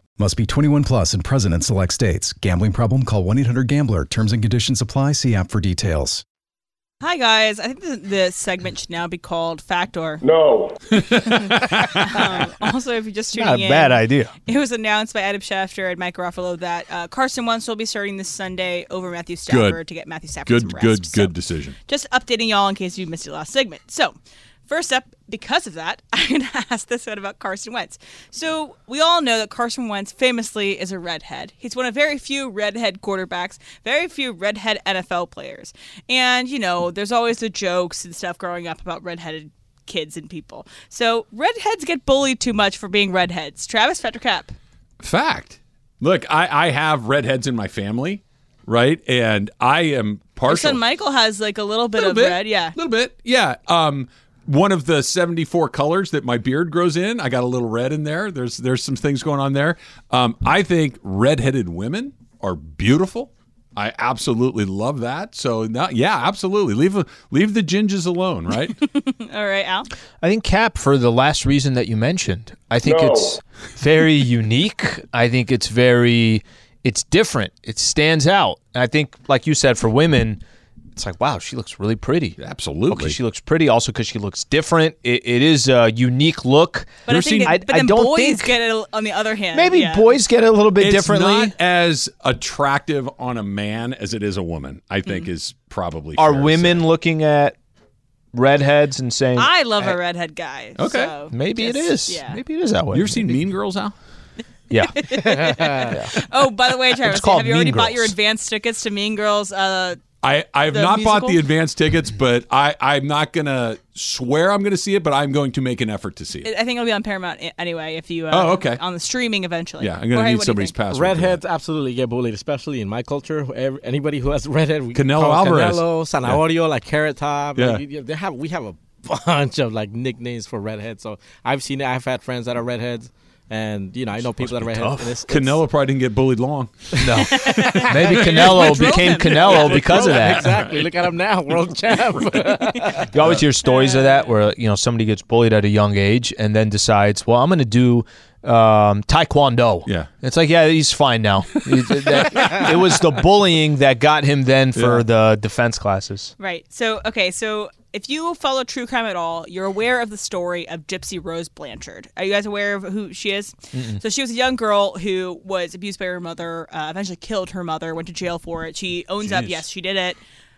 Must be 21 plus and present in select states. Gambling problem? Call 1 800 Gambler. Terms and conditions apply. See app for details.
Hi guys, I think the, the segment should now be called Factor.
No.
Um, also, if you're just tuning
Not
in,
a bad idea.
It was announced by Adam Schefter and Mike Ruffalo that uh, Carson Wentz will be starting this Sunday over Matthew Stafford to get Matthew Stafford some
good,
rest.
good,
So,
good decision.
Just updating y'all in case you missed the last segment. So, first up, because of that, I'm going to ask this one about Carson Wentz. So, we all know that Carson Wentz famously is a redhead. He's one of very few redhead quarterbacks, very few redhead NFL players. And, you know, there's always the jokes and stuff growing up about redheaded kids and people. So, redheads get bullied too much for being redheads. Travis Fettercap.
Fact. Look, I, I have redheads in my family, right? And I am partial.
Your son Michael has like a little bit
little
of
bit,
red. Yeah.
a little bit, yeah. Um, one of the seventy-four colors that my beard grows in, I got a little red in there. There's there's some things going on there. Um, I think redheaded women are beautiful. I absolutely love that. So no, yeah, absolutely. Leave leave the ginges alone, right?
All right, Al.
I think Cap for the last reason that you mentioned. I think
No.
it's very unique. I think it's very it's different. It stands out. And I think like you said for women, it's like wow, she looks really pretty.
absolutely.
Okay, she looks pretty also cuz she looks different. It, it is a unique look.
But I think
seen-
it,
I-
but
I
then
don't
boys
think-
get it on the other hand.
Maybe
yeah.
boys get it a little bit
it's
differently.
not as attractive on a man as it is a woman. I think is probably
Are
fair to say.
women looking at redheads and saying
I love a redhead guy.
Okay.
so
maybe it
just-
is.
Yeah.
Maybe it is that way.
You ever seen Mean Girls, Al?
yeah.
Oh, by the way, Travis,
called
have you already
Mean
bought your
Girls.
advance tickets to Mean Girls? Uh,
I, I have
The
not bought
musical?
the advance tickets, but I, I'm not going to swear I'm going to see it, but I'm going to make an effort to see it.
I think it'll be on Paramount a- anyway. If you uh,
Oh, okay.
on the streaming eventually.
yeah, I'm going to
Jorge,
need
what do you
somebody's
think?
password. for
Redheads absolutely get bullied, especially in my culture. Ev- Anybody who has redhead, we
Canelo
call
Alvarez.
Canelo, Zanahorio, like Carrot Top.
Yeah.
like, you- you- they have we have a bunch of like nicknames for redheads. So I've seen it. I've had friends that are redheads, and you know I know people that are redheads. and it's-
that. Canelo probably didn't get bullied long.
No. Maybe Canelo
drove
became
him.
Canelo because of that.
Exactly. Look at him now, world champ.
You always hear stories of that where you know somebody gets bullied at a young age and then decides, well, I'm going to do um, taekwondo.
Yeah.
it's like yeah, he's fine now. He- that- it was the bullying that got him then for
Yeah.
the defense classes.
Right. So, okay. So, if you follow true crime at all, you're aware of the story of Gypsy Rose Blanchard. Are you guys aware of who she is? So, she was a young girl who was abused by her mother, uh, eventually killed her mother, went to jail for it. She owns up, yes, she did it.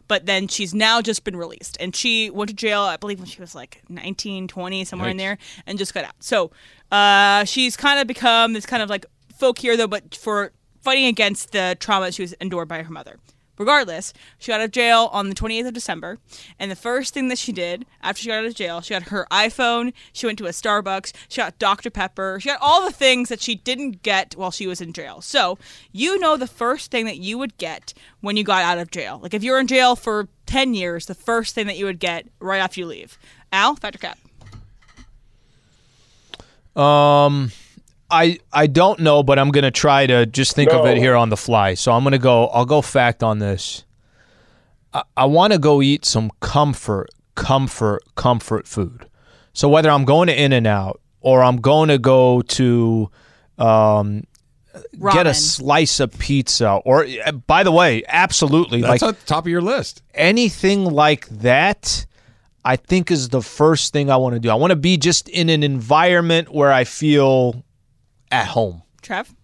But then she's now just been released. And she went to jail, I believe, when she was like 19, 20, somewhere in there, and just got out. So, uh, she's kind of become this kind of like folk hero, though, but for fighting against the trauma she was endured by her mother. Regardless, she got out of jail on the 28th of December, and the first thing that she did after she got out of jail, she got her iPhone, she went to a Starbucks, she got Dr. Pepper, she got all the things that she didn't get while she was in jail. So, you know the first thing that you would get when you got out of jail. Like, if you're in jail for 10 years, the first thing that you would get right after you leave. Al, Factor Cap.
I I don't know, but I'm going to try to just think of
No.
it here on the fly. So I'm going to go. I'll go fact on this. I, I want to go eat some comfort, comfort, comfort food. So whether I'm going to In and Out or I'm going to go to um,
Ramen.
get a slice of pizza, or uh, by the way, absolutely
That's
like
at the top of your list.
anything like that. I think is the first thing I want to do. I want to be just in an environment where I feel at home.
Trev?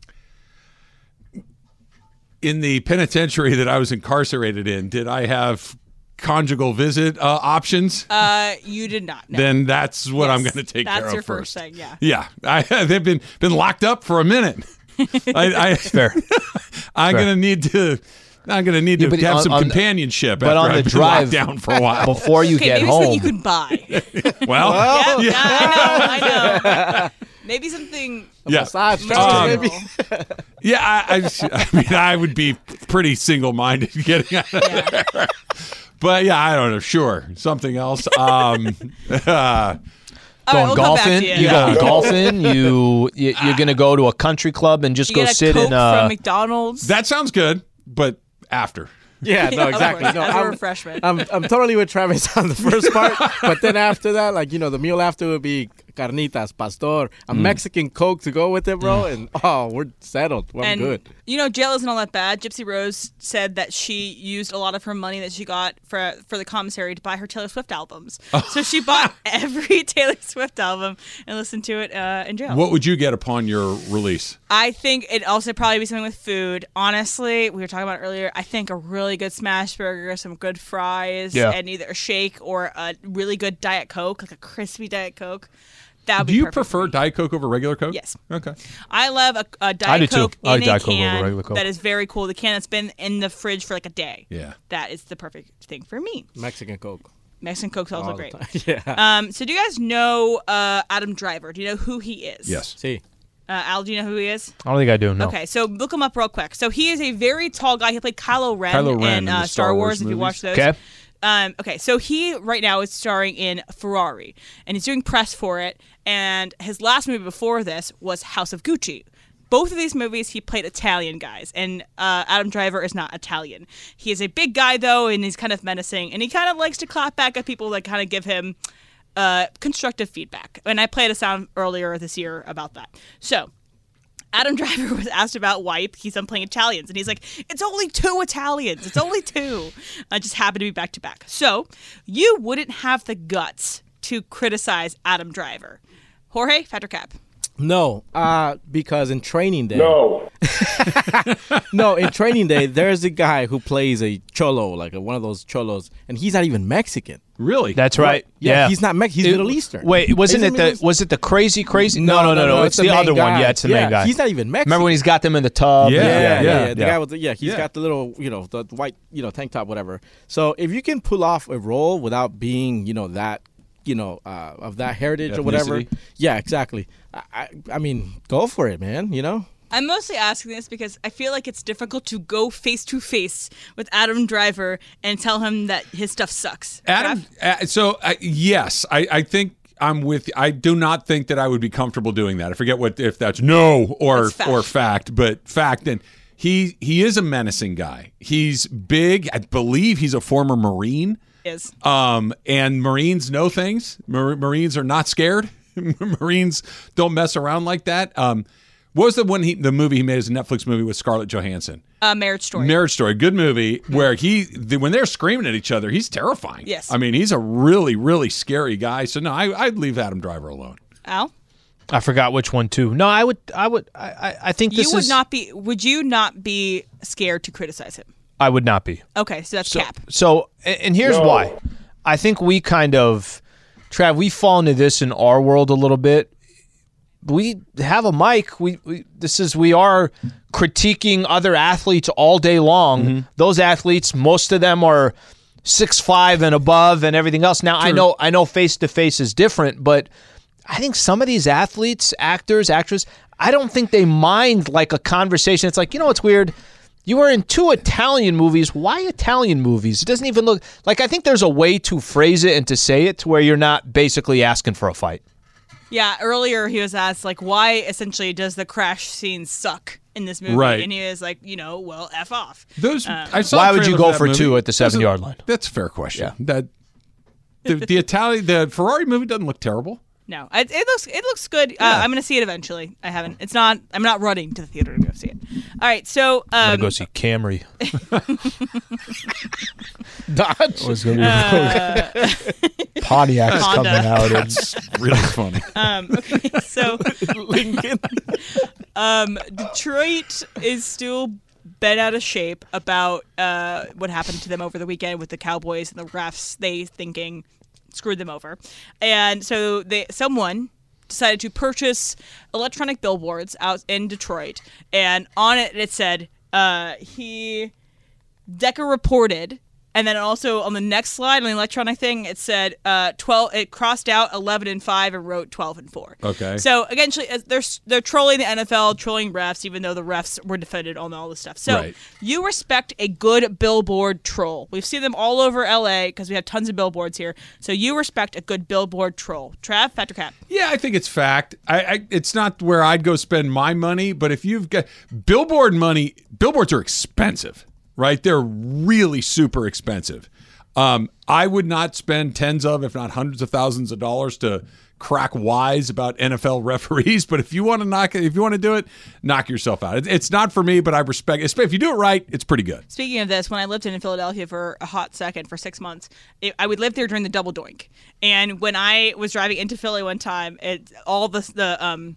In the penitentiary that I was incarcerated in, did I have conjugal visit uh, options?
Uh, you did not. No.
then that's what I'm
Yes,
going to take
That's
care of
your
first.
thing, yeah.
Yeah, I, they've been been locked up for a minute. I, I,
Fair.
I'm going to need to. I'm going to need to
but
have
on-
some
on-
companionship.
but
after
on
I've
the
been
drive-
locked down for a while.
before you
Okay,
get
maybe something
home.
you could buy.
well,
Yeah, I know, I know. Maybe something
yeah,
Massage
more
therapy,
Um,
maybe.
general.
yeah. I, I, I mean, I would be pretty single-minded getting out of
Yeah.
there. But yeah, I don't know. Sure, something else. Um, uh,
All right,
going
we'll come back
golfing.
to
You,
you.
going golfing. You, you you're gonna go to a country club and just
You
go
get a
sit
Coke
in a.
uh,
from McDonald's.
that sounds good, but after.
Yeah, no,
Other
exactly.
words,
No,
as a
I'm-
refreshment.
I'm, I'm totally with Travis on the first part, but then after that, like you know, the meal after would be carnitas, pastor, a
Mm.
Mexican Coke to go with it, bro, and oh, we're settled. We're
and
good.
you know, jail isn't all that bad. Gypsy Rose said that she used a lot of her money that she got for for the commissary to buy her Taylor Swift albums. so she bought every Taylor Swift album and listened to it uh, in jail.
What would you get upon your release?
I think it also probably be something with food. Honestly, we were talking about it earlier. I think a really good smash burger, some good fries,
Yeah.
and either a shake or a really good diet coke, like a crispy diet coke. That would
Do
be
you
perfect for
prefer
me.
Diet Coke over regular Coke?
Yes.
Okay.
I love a, a diet
do too.
coke
I like
in
Diet
a
Coke over
can
regular Coke.
that is very cool. The can that's been in the fridge for like a day.
Yeah.
that is the perfect thing for me.
Mexican Coke.
Mexican coke's also
all the
great.
time. Yeah.
Um, so do you guys know uh, Adam Driver? Do you know who he is?
Yes.
See,
Uh, Al, do you know who he is?
I don't think I do. No.
Okay, so look him up real quick. So he is a very tall guy. He played Kylo Ren,
Kylo Ren in
in
the
uh,
Star
Star
Wars
Wars. if you
movies.
watch those.
Okay.
Um, okay, so he right now is starring in Ferrari, and he's doing press for it. And his last movie before this was House of Gucci. Both of these movies, he played Italian guys, and uh, Adam Driver is not Italian. He is a big guy though, and he's kind of menacing, and he kind of likes to clap back at people that kind of give him uh, constructive feedback. And I played a sound earlier this year about that. So Adam Driver was asked about why he's on playing Italians, and he's like, "It's only two Italians. It's only two. I just happened to be back to back." So you wouldn't have the guts to criticize Adam Driver, Jorge Factor Cap.
No, uh, because in training day. No. no, in training day, there's a guy who plays a cholo, like a, one of those cholos, and he's not even Mexican.
Really?
That's right.
Yeah,
Yeah.
he's not Mex- he's
It-
Middle Eastern.
Wait, wasn't
Isn't
it the
Middle-
was it the crazy crazy? No, no, no, no. It's, the,
main
other one.
guy.
Yeah, it's the main
Yeah,
guy.
he's not even Mexican.
Remember when he's got them in the tub?
Yeah,
Yeah, yeah,
yeah,
yeah. The
yeah.
guy with the, yeah, he's
Yeah.
got the little, you know, the white, you know, tank top, whatever. So if you can pull off a role without being, you know, that, you know, uh, of that heritage or whatever,
Ethnicity.
yeah, exactly. I, I, I mean, go for it, man. You know,
I'm mostly asking this because I feel like it's difficult to go face to face with Adam Driver and tell him that his stuff sucks.
Adam. Uh, so uh, yes, I, I think I'm with. you. I do not think that I would be comfortable doing that. I forget what if that's no or
That's fact.
or fact, but fact. And he he is a menacing guy. He's big. I believe he's a former Marine.
is
Um, and Marines know things. Mar- Marines are not scared. Marines don't mess around like that. Um, what was the one he, the movie he made is a Netflix movie with Scarlett Johansson?
a marriage story.
Marriage Story, good movie. Where he, the, when they're screaming at each other, he's terrifying.
Yes.
I mean, he's a really, really scary guy. So no, I, I'd leave Adam Driver alone.
Al,
I forgot which one too. No, I would, I would, I, I, I think this
you would
is.
not be. Would you not be scared to criticize him?
I would not be.
Okay, so that's Cap.
So, a- and here's why. I think we kind of, Trav, we fall into this in our world a little bit. We have a mic. We, we this is we are critiquing other athletes all day long. Those athletes, most of them are six five and above, and everything else. Now I know I know face to face is different, but I think some of these athletes, actors, actresses, I don't think they mind like a conversation. It's like, you know what's weird? You were in two Italian movies. Why Italian movies? It doesn't even look like I think there's a way to phrase it and to say it to where you're not basically asking for a fight.
Yeah, earlier he was asked like, why essentially does the crash scene suck in this movie?
Right.
And he was like, you know, well, f off. Um,
Those,
Uh,
I saw
Why
a
would you
trailer
go
that
for
movie.
two at the seven
Doesn't-
yard line?
That's a fair question. That the, the Italian, the Ferrari movie doesn't look terrible.
No, it, it looks it looks good. Uh, I'm gonna see it eventually. I haven't. It's not. I'm not running to the theater to go see it. All right, so
I'm
um,
gonna go see Camry.
Dodge.
Oh, Pontiac's
Uh, Honda.
coming out. And
Really funny.
so um, Detroit is still bent out of shape about uh, what happened to them over the weekend with the Cowboys and the refs. They thinking screwed them over, and so they someone decided to purchase electronic billboards out in Detroit, and on it it said uh, he Decker reported. And then also on the next slide on the electronic thing, it said uh, twelve. It crossed out eleven and five and wrote twelve and four.
Okay.
So eventually, as they're they're trolling the NFL, trolling refs, even though the refs were defended on all this stuff. So
Right.
you respect a good billboard troll. We've seen them all over LA because we have tons of billboards here. So you respect a good billboard troll. Trav, Patrick Cap.
Yeah, I think it's fact. I, I it's not where I'd go spend my money, but if you've got billboard money, billboards are expensive, right? They're really super expensive. Um, I would not spend tens of, if not hundreds of thousands of dollars to crack wise about NFL referees. But if you want to knock, if you want to do it, knock yourself out. It, it's not for me, but I respect. If you do it right, it's pretty good.
Speaking of this, when I lived in Philadelphia for a hot second, for six months, it, I would live there during the double doink. And when I was driving into Philly one time, it all the the um.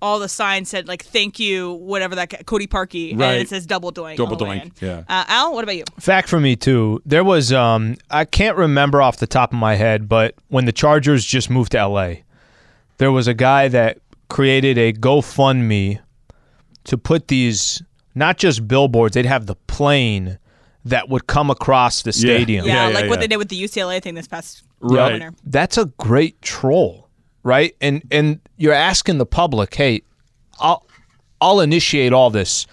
All the signs said like "Thank you," whatever that guy- Cody Parkey,
Right.
and it says "Double Doink."
Double
all the way
doink,
in.
yeah.
Uh, Al, what about you?
Fact for me too. There was um I can't remember off the top of my head, but when the Chargers just moved to LA, there was a guy that created a GoFundMe to put these not just billboards, they'd have the plane that would come across the stadium.
Yeah,
yeah,
like what
yeah.
they did with the UCLA thing this past
Right.
winter.
That's a great troll, right? And and you're asking the public, "Hey, I'll I'll initiate all this.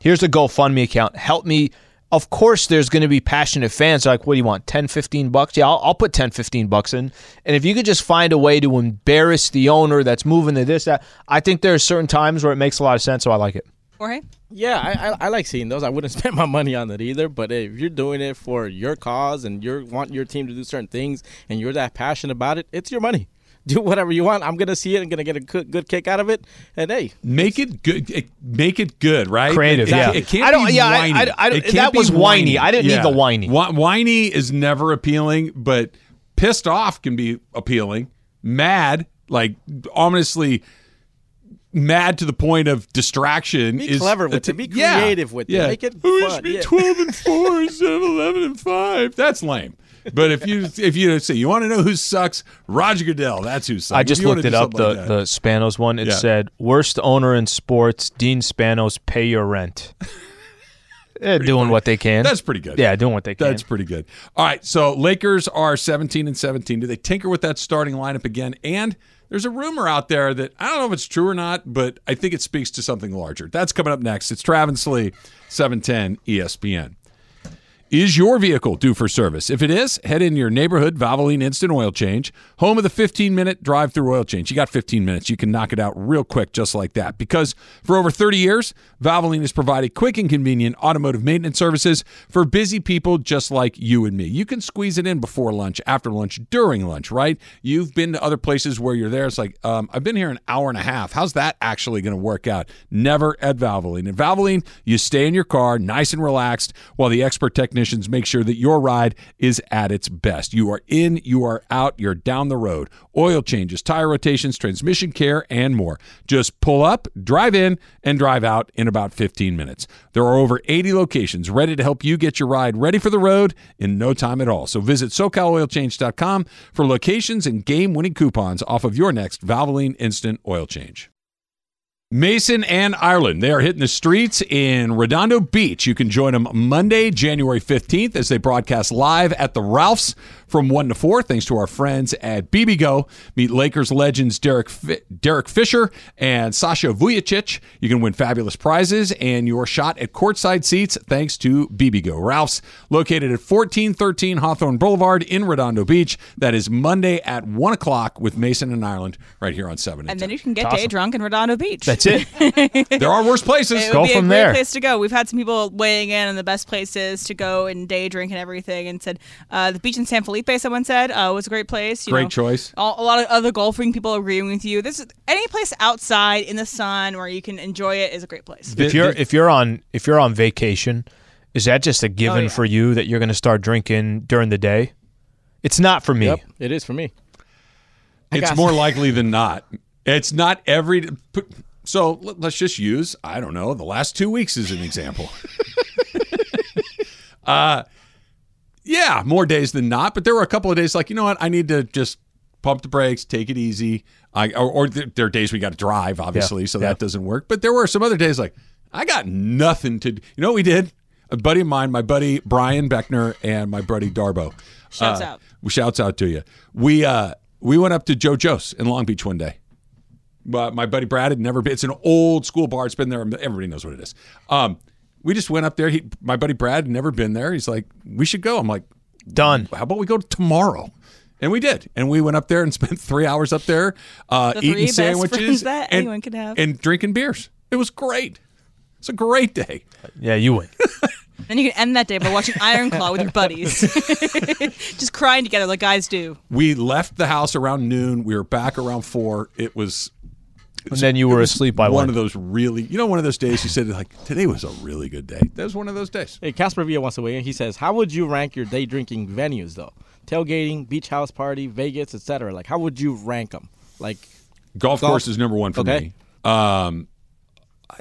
Here's a GoFundMe account. Help me. Of course, there's going to be passionate fans. Like, what do you want? 10, 15 bucks? Yeah, I'll, I'll put 10, 15 bucks in. And if you could just find a way to embarrass the owner that's moving to this, that, I think there are certain times where it makes a lot of sense. So I like it.
Jorge?
Yeah, I, I, I like seeing those. I wouldn't spend my money on it either. But hey, if you're doing it for your cause and you want your team to do certain things and you're that passionate about it, it's your money. Do whatever you want. I'm gonna see it. I'm gonna get a good, good kick out of it. And hey,
Make it good. it- Make it good, right?
Creative,
It, it-
yeah.
It, can't
I don't-
be
yeah, I-
whiny.
I- I don't-
It can't
that
be
was whiny. I didn't need the whiny.
Wh- Whiny is never appealing, but pissed off can be appealing. Mad, like ominously mad to the point of distraction.
Be
is
clever with it. Be creative with it.
yeah.
Make it
I wish
fun,
me
yeah.
twelve and four instead of eleven and five. That's lame. But if you if you say you want to know who sucks, Roger Goodell. That's who sucks.
I
If
just
you wanna
looked it
do
up.
something
The
like that.
the Spanos one. It
Yeah.
said worst owner in sports. Dean Spanos, pay your rent. They're doing what they can.
That's pretty good.
Yeah, doing what they can.
That's pretty good. All right, so Lakers are 17 and 17. Do they tinker with that starting lineup again? And there's a rumor out there that I don't know if it's true or not, but I think it speaks to something larger. That's coming up next. It's Travis Lee, E 710 ESPN. Is your vehicle due for service? If it is, head in your neighborhood Valvoline Instant Oil Change, home of the 15 minute drive through oil change. You got 15 minutes. You can knock it out real quick, just like that. Because for over 30 years, Valvoline has provided quick and convenient automotive maintenance services for busy people just like you and me. You can squeeze it in before lunch, after lunch, during lunch, right? You've been to other places where you're there. It's like, um, I've been here an hour and a half. How's that actually going to work out? Never at Valvoline. At Valvoline, you stay in your car nice and relaxed while the expert technicians make sure that your ride is at its best. You are in, you are out, you're down the road. Oil changes, tire rotations, transmission care, and more. Just pull up, drive in, and drive out in about 15 minutes. There are over 80 locations ready to help you get your ride ready for the road in no time at all. So visit socaloilchange.com for locations and game winning coupons off of your next Valvoline Instant Oil Change. Mason and Ireland, they are hitting the streets in Redondo Beach. You can join them Monday, January 15th, as they broadcast live at the Ralphs from 1 to 4, thanks to our friends at BBGO. Meet Lakers legends Derek, Fi- Derek Fisher and Sasha Vujicic. You can win fabulous prizes and your shot at courtside seats, thanks to BBGO. Ralphs, located at 1413 Hawthorne Boulevard in Redondo Beach. That is Monday at 1 o'clock with Mason and Ireland right here on 7
And
and
then you can get day drunk in Redondo Beach.
That's it.
There are worse places.
it
Go
would be
from
a
there.
Great place to go. We've had some people weighing in on the best places to go and day drink and everything, and said uh, the beach in San Felipe. Someone said uh, was a great place. You
Great
know,
choice.
all- a lot of other golfing people agreeing with you. This is any place outside in the sun where you can enjoy it is a great place.
if you're if you're on if you're on vacation, is that
Oh,
just a given
yeah.
for you that you're going to start drinking during the day? It's not for me.
yep, it is for me.
It's
got-
more likely than not. It's not every. put- So let- let's just use, I don't know, the last two weeks as an example. uh, yeah, more days than not. But there were a couple of days like, you know what? I need to just pump the brakes, take it easy. I, or or there there are days we got to drive, obviously, so that doesn't work. But there were some other days like, I got nothing to do. You know what we did? A buddy of mine, my buddy Brian Beckner and my buddy Darbo.
Shouts
uh,
out.
Shouts out to you. We uh, we went up to Joe Joe's in Long Beach one day. But my buddy Brad had never been. It's an old school bar. It's been there. Everybody knows what it is. Um, we just went up there. He, my buddy Brad had never been there. He's like, we should go. I'm like,
Done.
how about we go tomorrow? And we did. And we went up there and spent three hours up there uh,
The three
eating
best
sandwiches
friends that
and,
anyone could have.
and drinking beers. It was great. It's a great day.
Yeah, you win.
Then you can end that day by watching Iron Claw with your buddies, just crying together like guys do.
We left the house around noon. We were back around four. It was
and then you were asleep by
one
one.
of those really, you know, one of those days you said, like, today was a really good day. That was one of those days.
Hey, Casper Villa wants to weigh in. He says, "How would you rank your day drinking venues, though? Tailgating, beach house party, Vegas, etc. Like, how would you rank them? Like,
golf,
Golf.
course is number one for
Okay.
me. Um, I,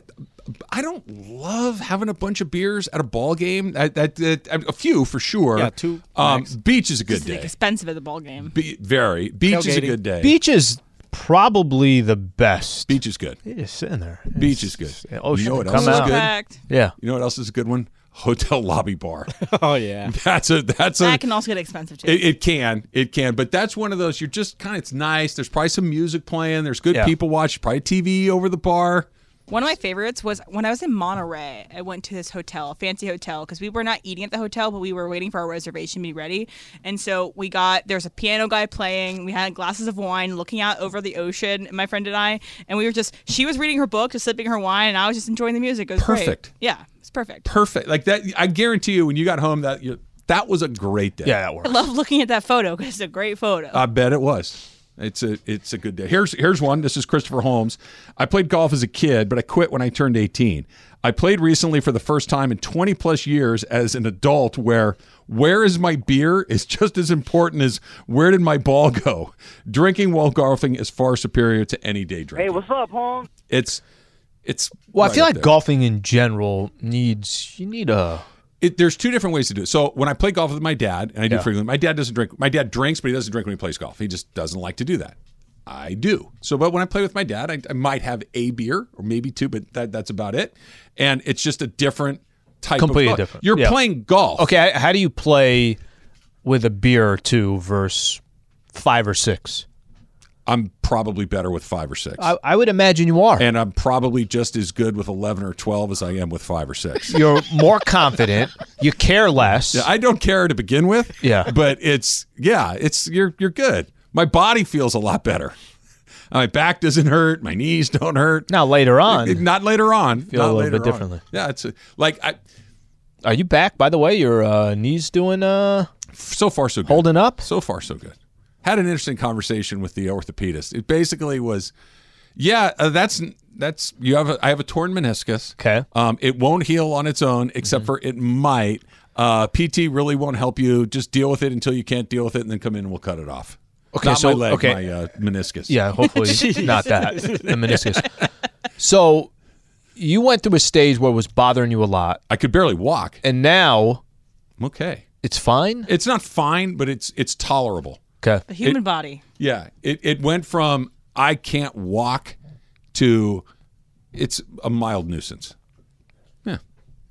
I don't love having a bunch of beers at a ball game. I, that, that, a few for sure.
Yeah, two
Um,
max.
beach is a good
It's like
day.
expensive at the ball game.
Be, very beach is a
Tailgating.
good day.
Beach is probably the best.
Beach is good.
You're just sitting there.
Beach is good.
Yeah, ocean
you know what
come
else
out.
is good?
Fact.
Yeah.
You know what else is a good one? Hotel lobby bar.
oh yeah,
that's a that's a
That can also get expensive too.
It, it can, it can, but that's one of those. You're just kind of. It's nice. There's probably some music playing. There's good
Yeah.
people watching. Probably TV over the bar.
One of my favorites was when I was in Monterey. I went to this hotel, fancy hotel, because we were not eating at the hotel, but we were waiting for our reservation to be ready. And so we got there's a piano guy playing. We had glasses of wine, looking out over the ocean. My friend and I, and we were just she was reading her book, just sipping her wine, and I was just enjoying the music. It was great.
Perfect.
Yeah, it's perfect.
Perfect. Like that, I guarantee you, when you got home, that you, that was a great day.
Yeah, that works.
I love looking at that photo because it's a great photo.
I bet it was. It's a it's a good day. Here's here's one. This is Christopher Holmes. I played golf as a kid, but I quit when I turned 18. I played recently for the first time in 20 plus years as an adult where where is my beer is just as important as where did my ball go. Drinking while golfing is far superior to any day drinking.
Hey, what's up, Holmes?
it's it's
Well, I
right
feel
up
like
there.
golfing in general needs you need a
it, there's two different ways to do it. So when I play golf with my dad, and I do frequently, my dad doesn't drink. My dad drinks, but he doesn't drink when he plays golf. He just doesn't like to do that. I do. So, but when I play with my dad, I, I might have a beer or maybe two, but that, that's about it. And it's just a different type.
Completely
of golf.
different.
You're
Yeah.
playing golf.
okay. How do you play with a beer or two versus five or six?
I'm probably better with five or six,
I, I would imagine you are.
and I'm probably just as good with eleven or twelve as I am with five or six.
You're more confident. You care less.
I don't care to begin with.
Yeah.
But it's yeah, it's you're you're good. My body feels a lot better. My back doesn't hurt. My knees don't hurt.
now later on,
It- Not later on.
Feel a
Not
little
later
bit
on.
differently.
Yeah, it's a, like I,
are you back? By the way, your uh, knees doing uh
so far so good.
holding up?
So far so good. Had an interesting conversation with the orthopedist. It basically was, yeah, uh, that's that's you have a, I have a torn meniscus.
Okay. Mm-hmm.
Um, it won't heal on its own, except for it might. Uh, PT really won't help you. Just deal with it until you can't deal with it, and then come in and we'll cut it off.
Okay,
Not
so-
my leg,
okay.
my uh, meniscus.
Yeah, hopefully not that the meniscus. So you went through a stage where it was bothering you a lot,
I could barely walk.
and now
I'm okay.
it's fine.
It's not fine, but it's it's tolerable.
Okay.
the human body.
Yeah, it, it went from I can't walk to it's a mild nuisance.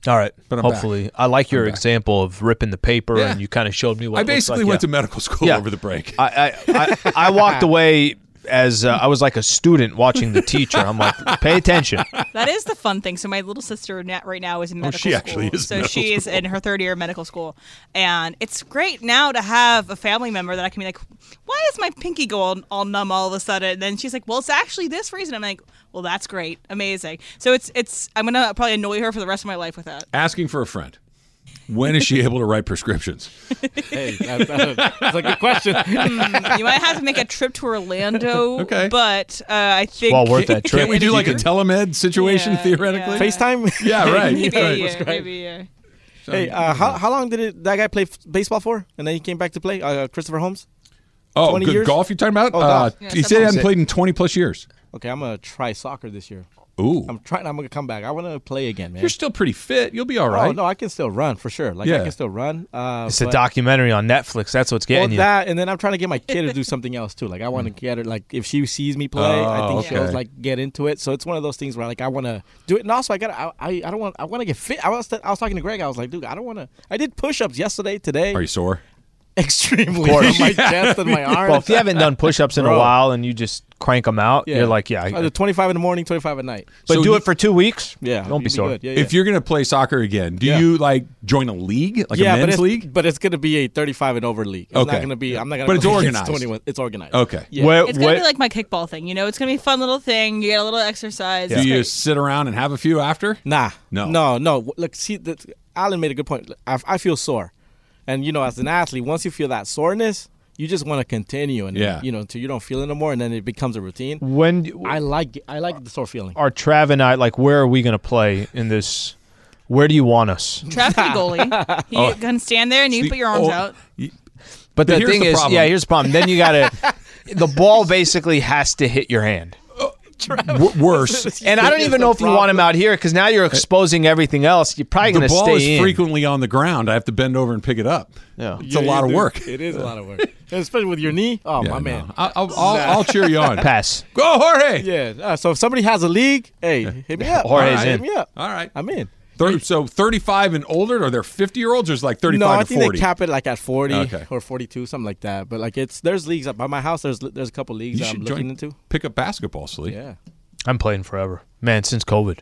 All right.
But I'm
Hopefully, I like your example of ripping the paper,
Yeah.
and you kind of showed me what
I
it looks
basically
like.
went
Yeah.
to medical school
Yeah.
over the break.
I, I, I, I walked away as uh, I was like a student watching the teacher. I'm like, pay attention.
That is the fun thing. So my little sister na- right now is in
Oh,
medical
she
school.
actually is in
so
medical
she is in her third year of medical school, and it's great now to have a family member that I can be like, "Why does my pinky go all, all numb all of a sudden?" And then she's like, "Well, it's actually this reason." I'm like, "Well, that's great, amazing." So it's it's I'm gonna probably annoy her for the rest of my life with that.
Asking for a friend. When is she able to write prescriptions?
Hey, that, that, that's a good question.
Mm, you might have to make a trip to Orlando,
Okay.
but uh, I think
Well worth that trip.
Can't we do like a telemed situation
Yeah,
theoretically?
yeah.
FaceTime.
Yeah, right.
maybe
right.
a year, maybe a year.
Hey, uh, how, how long did it, that guy play f- baseball for? And then he came back to play? Uh, Christopher Holmes?
Oh,
20
good
years?
golf you're talking about?
Oh,
uh,
golf.
Yeah,
he
something
said he
like
hadn't
that.
played in 20 plus years.
Okay, I'm going to try soccer this year.
Ooh.
I'm trying. I'm going to come back. I want to play again, man.
you're still pretty fit. You'll be all right.
Oh, no, I can still run for sure. Like,
Yeah.
I can still run. Uh,
It's a
but-
documentary on Netflix. That's what's
Well,
getting you.
that, and then I'm trying to get my kid to do something else too. Like I want to get her. Like if she sees me play, I
Oh,
think she'll
okay.
like get into it. So it's one of those things where like I want to do it, and also I got I, I I don't want I want to get fit. I was I was talking to Greg. I was like, dude, I don't want to. I did push-ups yesterday, today,
Are you sore?
extremely on my chest and my arms.
Well, if you haven't done push-ups in a
Bro.
while and you just crank them out,
Yeah.
you're like, yeah.
I did 25 in the morning, 25 at night.
but
So
do
you-
it for two weeks.
Yeah,
Don't be,
you'd
sore.
good. Yeah,
If you're going to play soccer again, do
Yeah.
you like join a league, like
yeah,
a
but
men's
it's,
league?
but it's gonna be a 35 and over league. It's
Okay.
not gonna be. I'm not gonna.
But it's
go against
organized.
21. It's organized.
Okay.
Yeah.
Where-
Uh,
It's gonna
where-
be like my kickball thing, you know. It's gonna be a fun little thing. You get a little exercise. It's
Do you
great.
sit around and have a few after?
Nah.
No.
No, no. Look, see, that Alan made a good point. I, I feel sore. And, you know, as an athlete, once you feel that soreness, you just want to continue and,
Yeah.
you know, until you don't feel it no more and then it becomes a routine.
When d-
I like I like the sore feeling.
are Trav and I like? Where are we going to play in this? Where do you want us?
Travis the goalie. He can stand there and you
The
can put your arms
old-
out.
y-
But the
here's
thing
the
is,
problem.
yeah, here's the problem. Then you got to. the ball basically has to hit your hand.
W- worse.
And I don't
It's
even
the
know if you
problem.
want him out here because now you're exposing everything else. You're probably going
the
to
ball
stay
is
in.
frequently on the ground. I have to bend over and pick it up.
Yeah.
It's a lot of work.
It is a lot of work. And especially with your knee. Oh,
Yeah,
my
no.
man.
I'll, I'll, I'll, I'll cheer you on.
Pass.
Go, Jorge.
Yeah. Uh, so if somebody has a league, hey, hit me up.
Jorge's
All right,
in.
Hit me up.
All right.
I'm in.
Thir- so 35 and older? Are there 50 year olds or is like 35
No, I
to
think
40?
they cap it like at 40
Okay.
or 42, something like that. But like it's there's leagues up by my house. There's there's a couple leagues
you
that I'm
should
looking
join,
into.
pick up basketball, Sleep.
Yeah.
I'm playing forever, man. Since COVID,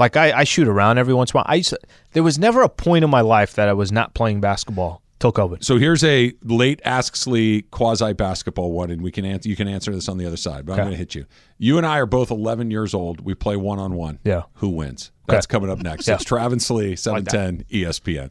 like I, I shoot around every once in a while. I used to, there was never a point in my life that I was not playing basketball till COVID.
So here's a late Asksley quasi basketball one, and we can answer. You can answer this on the other side, but I'm going to hit you. You and I are both 11 years old. We play one on one.
Yeah.
E Who wins? That's coming up next. It's Travis Lee, 710 ESPN.